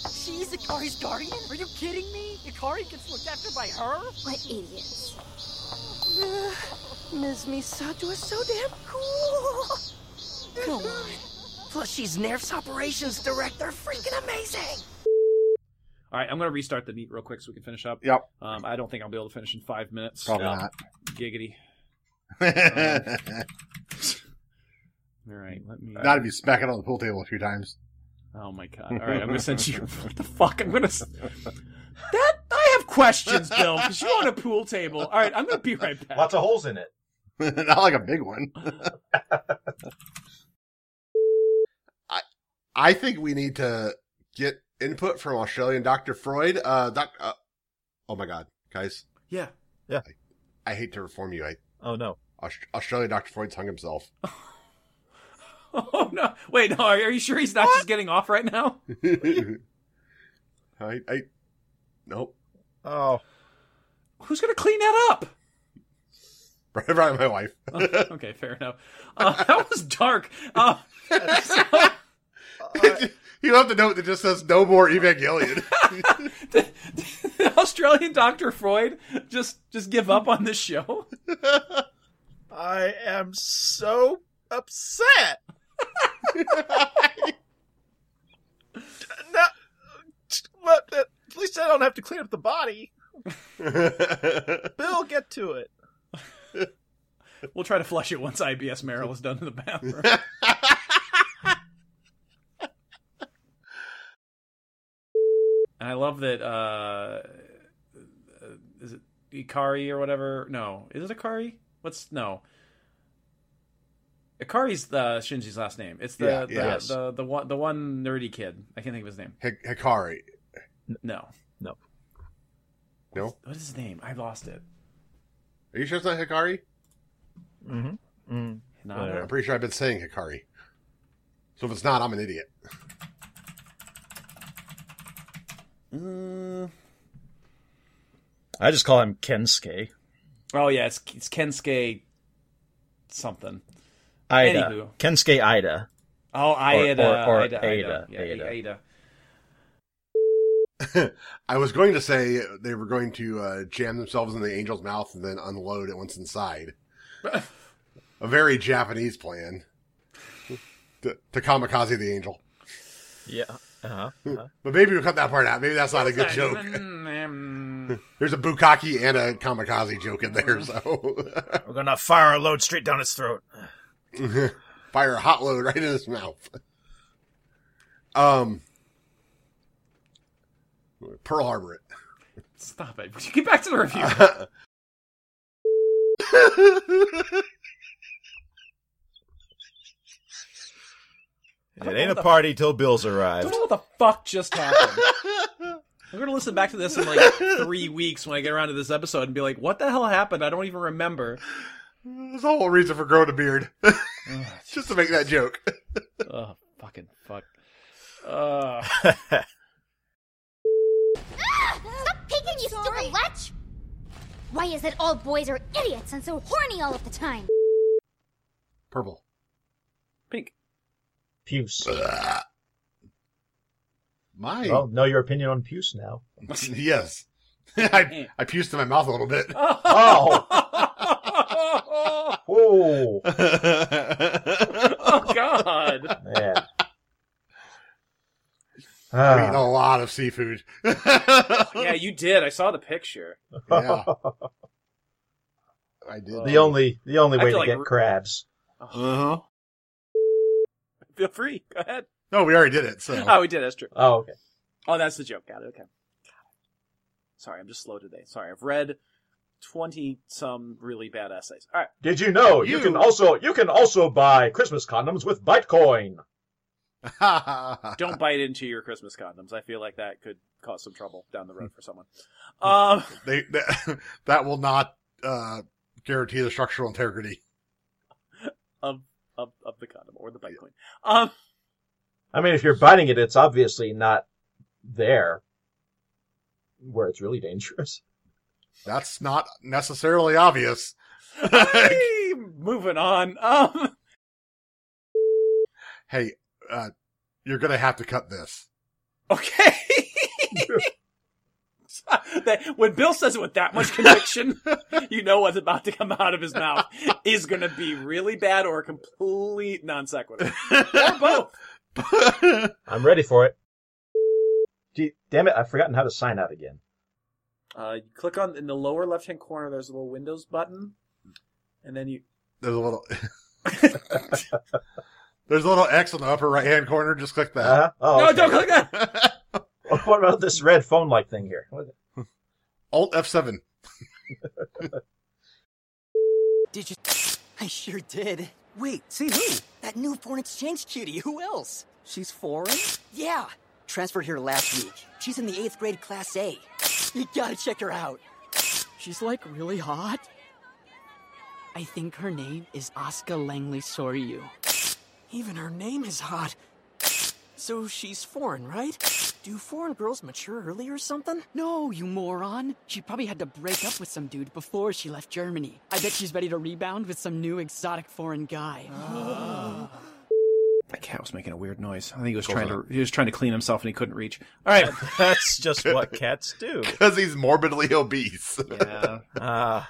O: Ikari's guardian? Are you kidding me? Ikari gets looked after by her? What idiots.
P: Ms. Misato is so damn cool.
O: Come on. Plus, she's NERF's operations director. Freaking amazing!
A: All right, I'm going to restart the meet real quick so we can finish up.
D: Yep.
A: Um, I don't think I'll be able to finish in five minutes.
D: Probably
A: Yeah.
D: not.
A: Giggity. All right, let me.
D: Not if you smack it on the pool table a few times.
A: Oh my god! All right, I'm going to send you. What the fuck? I'm going to. That I have questions, Bill, because you're on a pool table. All right, I'm going to be right back.
F: Lots of holes in it.
D: Not like a big one. I I think we need to get input from Australian Dr. Freud. Uh, doc, uh, oh my God, guys.
M: Yeah. Yeah.
D: I hate to reform you. I
M: Oh no.
D: Aust- Australian Dr. Freud's hung himself.
A: Oh no! Wait, no. Are you sure he's not just getting off right now?
D: I, I, nope.
M: Oh.
A: Who's going to clean that up?
D: Right, right, my wife.
A: Oh, okay, fair enough. Uh, that was dark. Uh, so-
D: You left a note that just says "No more Evangelion."
A: Australian Doctor Freud just just give up on this show.
M: I am so upset. no, but
F: uh,
M: at least I don't have to clean up the body. Bill, get to it.
A: We'll try to flush it once IBS Merrill is done in the bathroom. and I love that. Uh, is it Ikari or whatever? No, is it Ikari? What's no? Ikari's the Shinji's last name. It's the
D: Yeah,
A: the,
D: yeah.
A: the, the one the one nerdy kid. I can't think of his name.
D: Hik- Hikari.
A: No,
M: no.
D: No.
A: What is his name? I lost it.
D: Are you sure it's not Hikari?
M: Mm-hmm. Mm.
A: Whatever.
D: I'm pretty sure I've been saying Hikari. So if it's not, I'm an idiot.
A: Mm.
M: I just call him Kensuke.
A: Oh yeah, it's it's Kensuke something.
M: Ida.
A: Anywho.
M: Kensuke Ida.
A: Oh, Ida,
M: Or, or, or
A: Ida, Ida.
M: Ada.
A: Yeah,
M: Ada.
A: Ada.
D: I was going to say they were going to uh, jam themselves in the angel's mouth and then unload it once inside. A very Japanese plan to, to kamikaze the angel.
M: Yeah. Uh-huh. uh-huh.
D: But maybe we'll cut that part out. Maybe that's not um, a good joke. There's a bukkake and a kamikaze joke in there, so
M: We're gonna fire a load straight down his throat.
D: fire a hot load right in his mouth. Um, Pearl Harbor it.
A: Stop it! Would you get back to the review?
M: It ain't a party till Bill's arrived.
A: I don't know what the fuck just happened. I'm gonna listen back to this in like three weeks when I get around to this episode and be like, "What the hell happened? I don't even remember."
D: There's a whole reason for growing a beard, just to make that joke.
A: oh, fucking fuck. Uh,
H: Ah!
J: Stop peeking, you stupid lech!
H: Why is it all boys are idiots and so horny all of the time?
D: Purple.
A: Pink.
F: Puce.
D: My
F: Well, know your opinion on Puce now.
D: yes, I I puced in my mouth a little bit. Oh.
F: Oh. Whoa.
A: oh God!
F: Man.
D: I'm eating a lot of seafood.
A: yeah, you did. I saw the picture.
D: Yeah. I did.
F: The only the only
A: I
F: way
A: feel
F: to
A: like
F: get
A: re-
F: crabs.
D: Uh-huh.
A: Feel free. Go ahead.
D: No, we already did it. So
A: Oh, we did. That's true.
F: Oh, okay.
A: Oh, that's the joke. Got it. Okay. Sorry, I'm just slow today. Sorry, I've read twenty some really bad essays. All right.
F: Did you know you, can also you can also buy Christmas condoms with Bitcoin?
A: don't bite into your Christmas condoms. I feel like that could cause some trouble down the road for someone.
Q: Hmm.
A: Um,
D: they, that, that will not uh, guarantee the structural integrity.
A: of of of the condom or the bite coin. Um,
F: I mean, if you're biting it, it's obviously not there where it's really dangerous.
D: That's not necessarily obvious.
A: hey, moving on. Um,
D: Hey, uh, you're gonna have to cut this.
A: okay. That- when Bill says it with that much conviction, you know what's about to come out of his mouth is going to be really bad or a complete non sequitur. or both.
Q: I'm ready for it. Gee, damn it, I've forgotten how to sign out again.
A: Uh, you click on in the lower left hand corner. There's a little Windows button, and then you
D: There's a little. There's a little X on the upper right hand corner. Just click that.
Q: Uh-huh. Oh, No, okay. don't click
A: that.
Q: what about this red phone like thing here?
D: Alt F7.
G: Did you? I sure did. Wait, see who? That new foreign exchange cutie. Who else? She's foreign? Yeah. Transferred here last week. She's in the eighth grade class A. You gotta check her out.
C: She's like really hot. I think her name is Asuka Langley Soryu. Even her name is hot. So she's foreign, right? Do foreign girls mature early or something? No, you moron. She probably had to break up with some dude before she left Germany. I bet she's ready to rebound with some new exotic foreign guy.
A: My cat was making a weird noise. I think he was
R: Cool,
A: trying
R: huh?
A: to he was trying to clean himself and he couldn't reach. All right,
R: that's just what cats do.
D: Because he's morbidly obese.
A: Yeah.
R: Ah.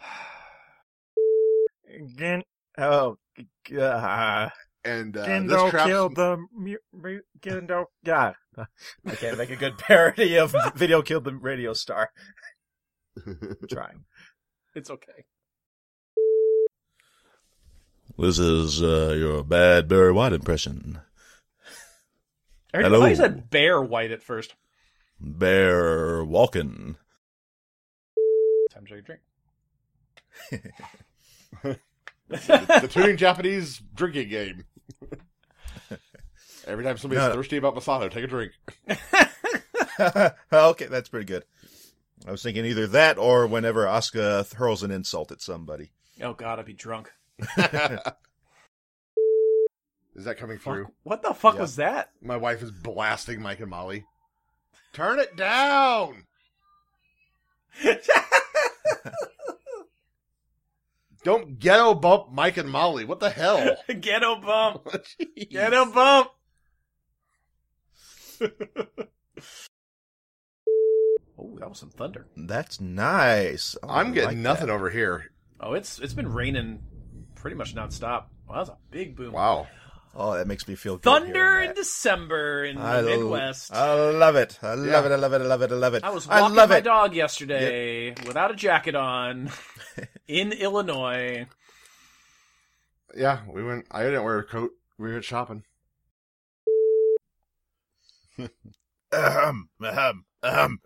R: Again. Oh. God.
D: And uh,
R: Gendo
D: this traps-
R: killed the mu- mu- Gendo. God, I can't make a good parody of "Video Killed the Radio Star." I'm trying.
A: It's okay.
F: This is uh, your bad Barry White impression.
A: I heard-
F: Hello.
A: I said bear white at first.
F: Bear walking.
A: Time to take a drink.
D: the, the tuning Japanese drinking game. Every time somebody's
F: No.
D: thirsty about Masato, take a drink.
F: Oh, okay, that's pretty good. I was thinking either that or whenever Asuka hurls an insult at somebody.
A: Oh God, I'd be drunk.
D: Is that coming
A: Fuck.
D: through?
A: What the fuck was that?
D: My wife is blasting Mike and Molly. Turn it down. Don't ghetto bump Mike and Molly. What the hell?
A: Ghetto bump. Ghetto bump. oh, that was some thunder.
F: That's nice. Oh, I
D: I'm getting
F: like
D: nothing
F: that.
D: over here.
A: Oh, it's it's been raining pretty much nonstop. Wow, that's a big boom.
D: Wow.
F: Oh, that makes me feel good.
A: Thunder in December in
F: I
A: the
F: l-
A: Midwest.
F: I love it. I love
A: Yeah.
F: it. I love it. I love it. I love it.
A: I was
F: I
A: walking
F: love
A: my
F: it.
A: dog yesterday without a jacket on in Illinois.
D: Yeah, we went. I didn't wear a coat. We went shopping.
F: Ahem, ahem, ahem.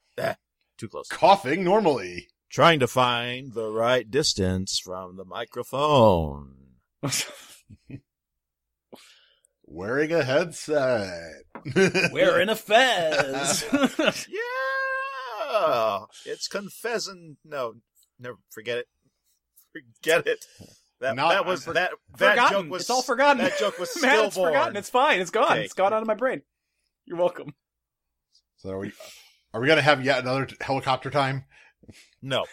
F: Ah, Too close.
D: Coughing normally.
F: Trying to find the right distance from the microphone.
D: Wearing a headset.
A: Wearing a fez.
F: yeah. It's confessing. No, never forget it. Forget it. That, that was that that
A: forgotten.
F: joke was
A: it's all forgotten.
F: That joke was
A: Matt,
F: stillborn.
A: it's forgotten. It's fine. It's gone.
F: Okay.
A: It's gone out of my brain. You're welcome.
D: So are we? Are we gonna have yet another t- helicopter time?
F: No,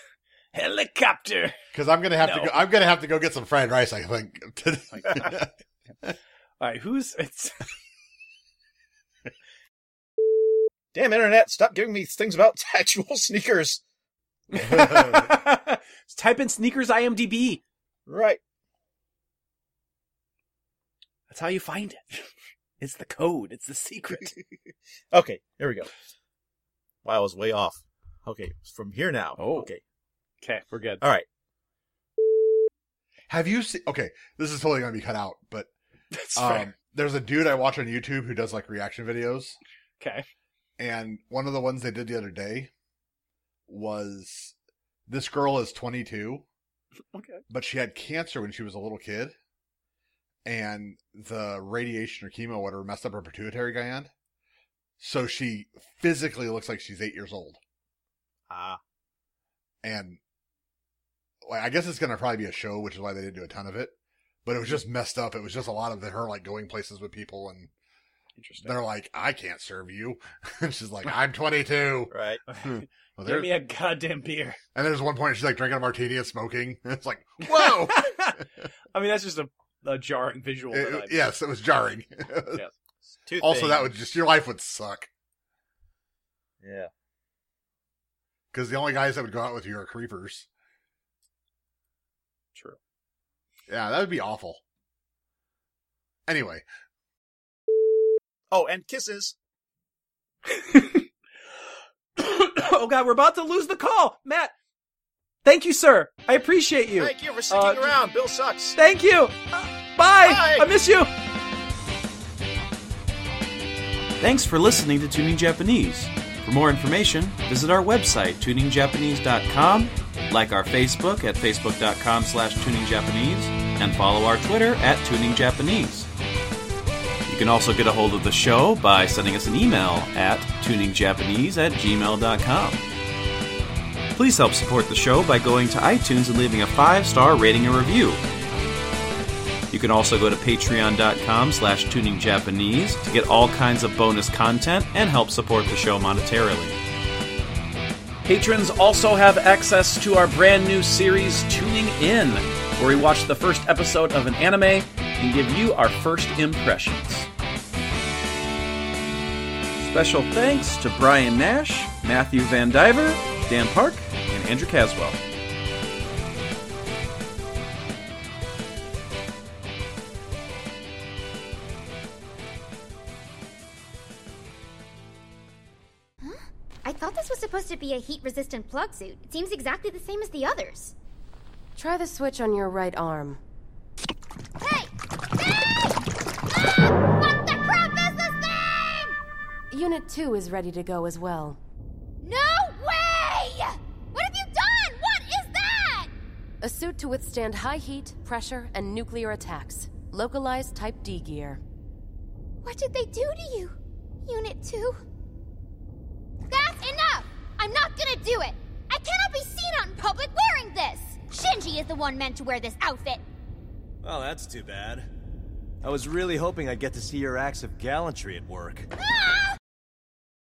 A: Helicopter.
D: because I'm gonna have
A: No. Oh
D: to. Go, I'm gonna have to go get some fried rice. I think.
A: All right, who's it's
R: Damn internet! Stop giving me things about actual sneakers.
A: type in sneakers IMDb.
R: Right.
A: That's how you find it. It's the code. It's the secret.
F: Okay, here we go. Wow, I was way off. Okay, from here now. Oh, okay.
A: Okay, we're good.
F: All right.
D: Have you seen? Okay, this is totally gonna be cut out, but um,
A: fair.
D: there's a dude I watch on YouTube who does like reaction videos.
A: Okay.
D: And one of the ones they did the other day was this girl is 22,
A: Okay.
D: but she had cancer when she was a little kid, and the radiation or chemo whatever messed up her pituitary gland, so she physically looks like she's eight years old.
F: Ah.
D: and like I guess it's gonna probably be a show, which is why they didn't do a ton of it. But it was just messed up. It was just a lot of her like going places with people, and they're like, "I can't serve you," and she's like, "I'm 22."
F: Right.
D: well,
A: Give
D: there-
A: me a goddamn beer.
D: and there's one point she's like drinking a martini and smoking. It's like,
F: Oh!
D: whoa.
A: I mean, that's just a, a jarring visual.
F: Uh,
D: It-
A: that I-
D: it- yes, it was jarring.
A: Yes.
F: Two
D: also, that
F: things.
D: would just your life would suck.
S: Yeah.
D: Because the only guys that would go out with you are creepers.
A: True.
D: Yeah, that would be awful. Anyway,
G: Oh, and kisses.
A: oh god, we're about to lose the call, Matt. Thank you, sir. I appreciate you.
G: Thank you for sticking
A: Uh,
G: around. Bill sucks. Uh,
A: Thank you. Bye. I miss you. Thanks for listening to Tuning Japanese. For more information, visit our website, tuningjapanese.com, like our Facebook at facebook.com slash tuningjapanese, and follow our Twitter at tuningjapanese. You can also get a hold of the show by sending us an email at tuningjapanese at gmail.com. Please help support the show by going to iTunes and leaving a five-star rating and review. You can also go to patreon.com slash tuningjapanese to get all kinds of bonus content and help support the show monetarily. Patrons also have access to our brand new series, Tuning In, where we watch the first episode of an anime and give you our first impressions. Special thanks to Brian Nash, Matthew Van Diver, Dan Park, and Andrew Caswell.
B: I thought this was supposed to be a heat resistant plug suit. It seems exactly the same as the others.
C: Try the switch on your right arm.
B: Ah! What the crap is this thing?
C: Unit 2 is ready to go as well.
B: No way! What have you done? What is that?
C: A suit to withstand high heat, pressure, and nuclear attacks. Localized Type D gear.
B: What did they do to you? Unit 2? That's enough! I'm not gonna do it! I cannot be seen out in public wearing this! Shinji is the one meant to wear this outfit!
F: Well, that's too bad. I was really hoping I'd get to see your acts of gallantry at work.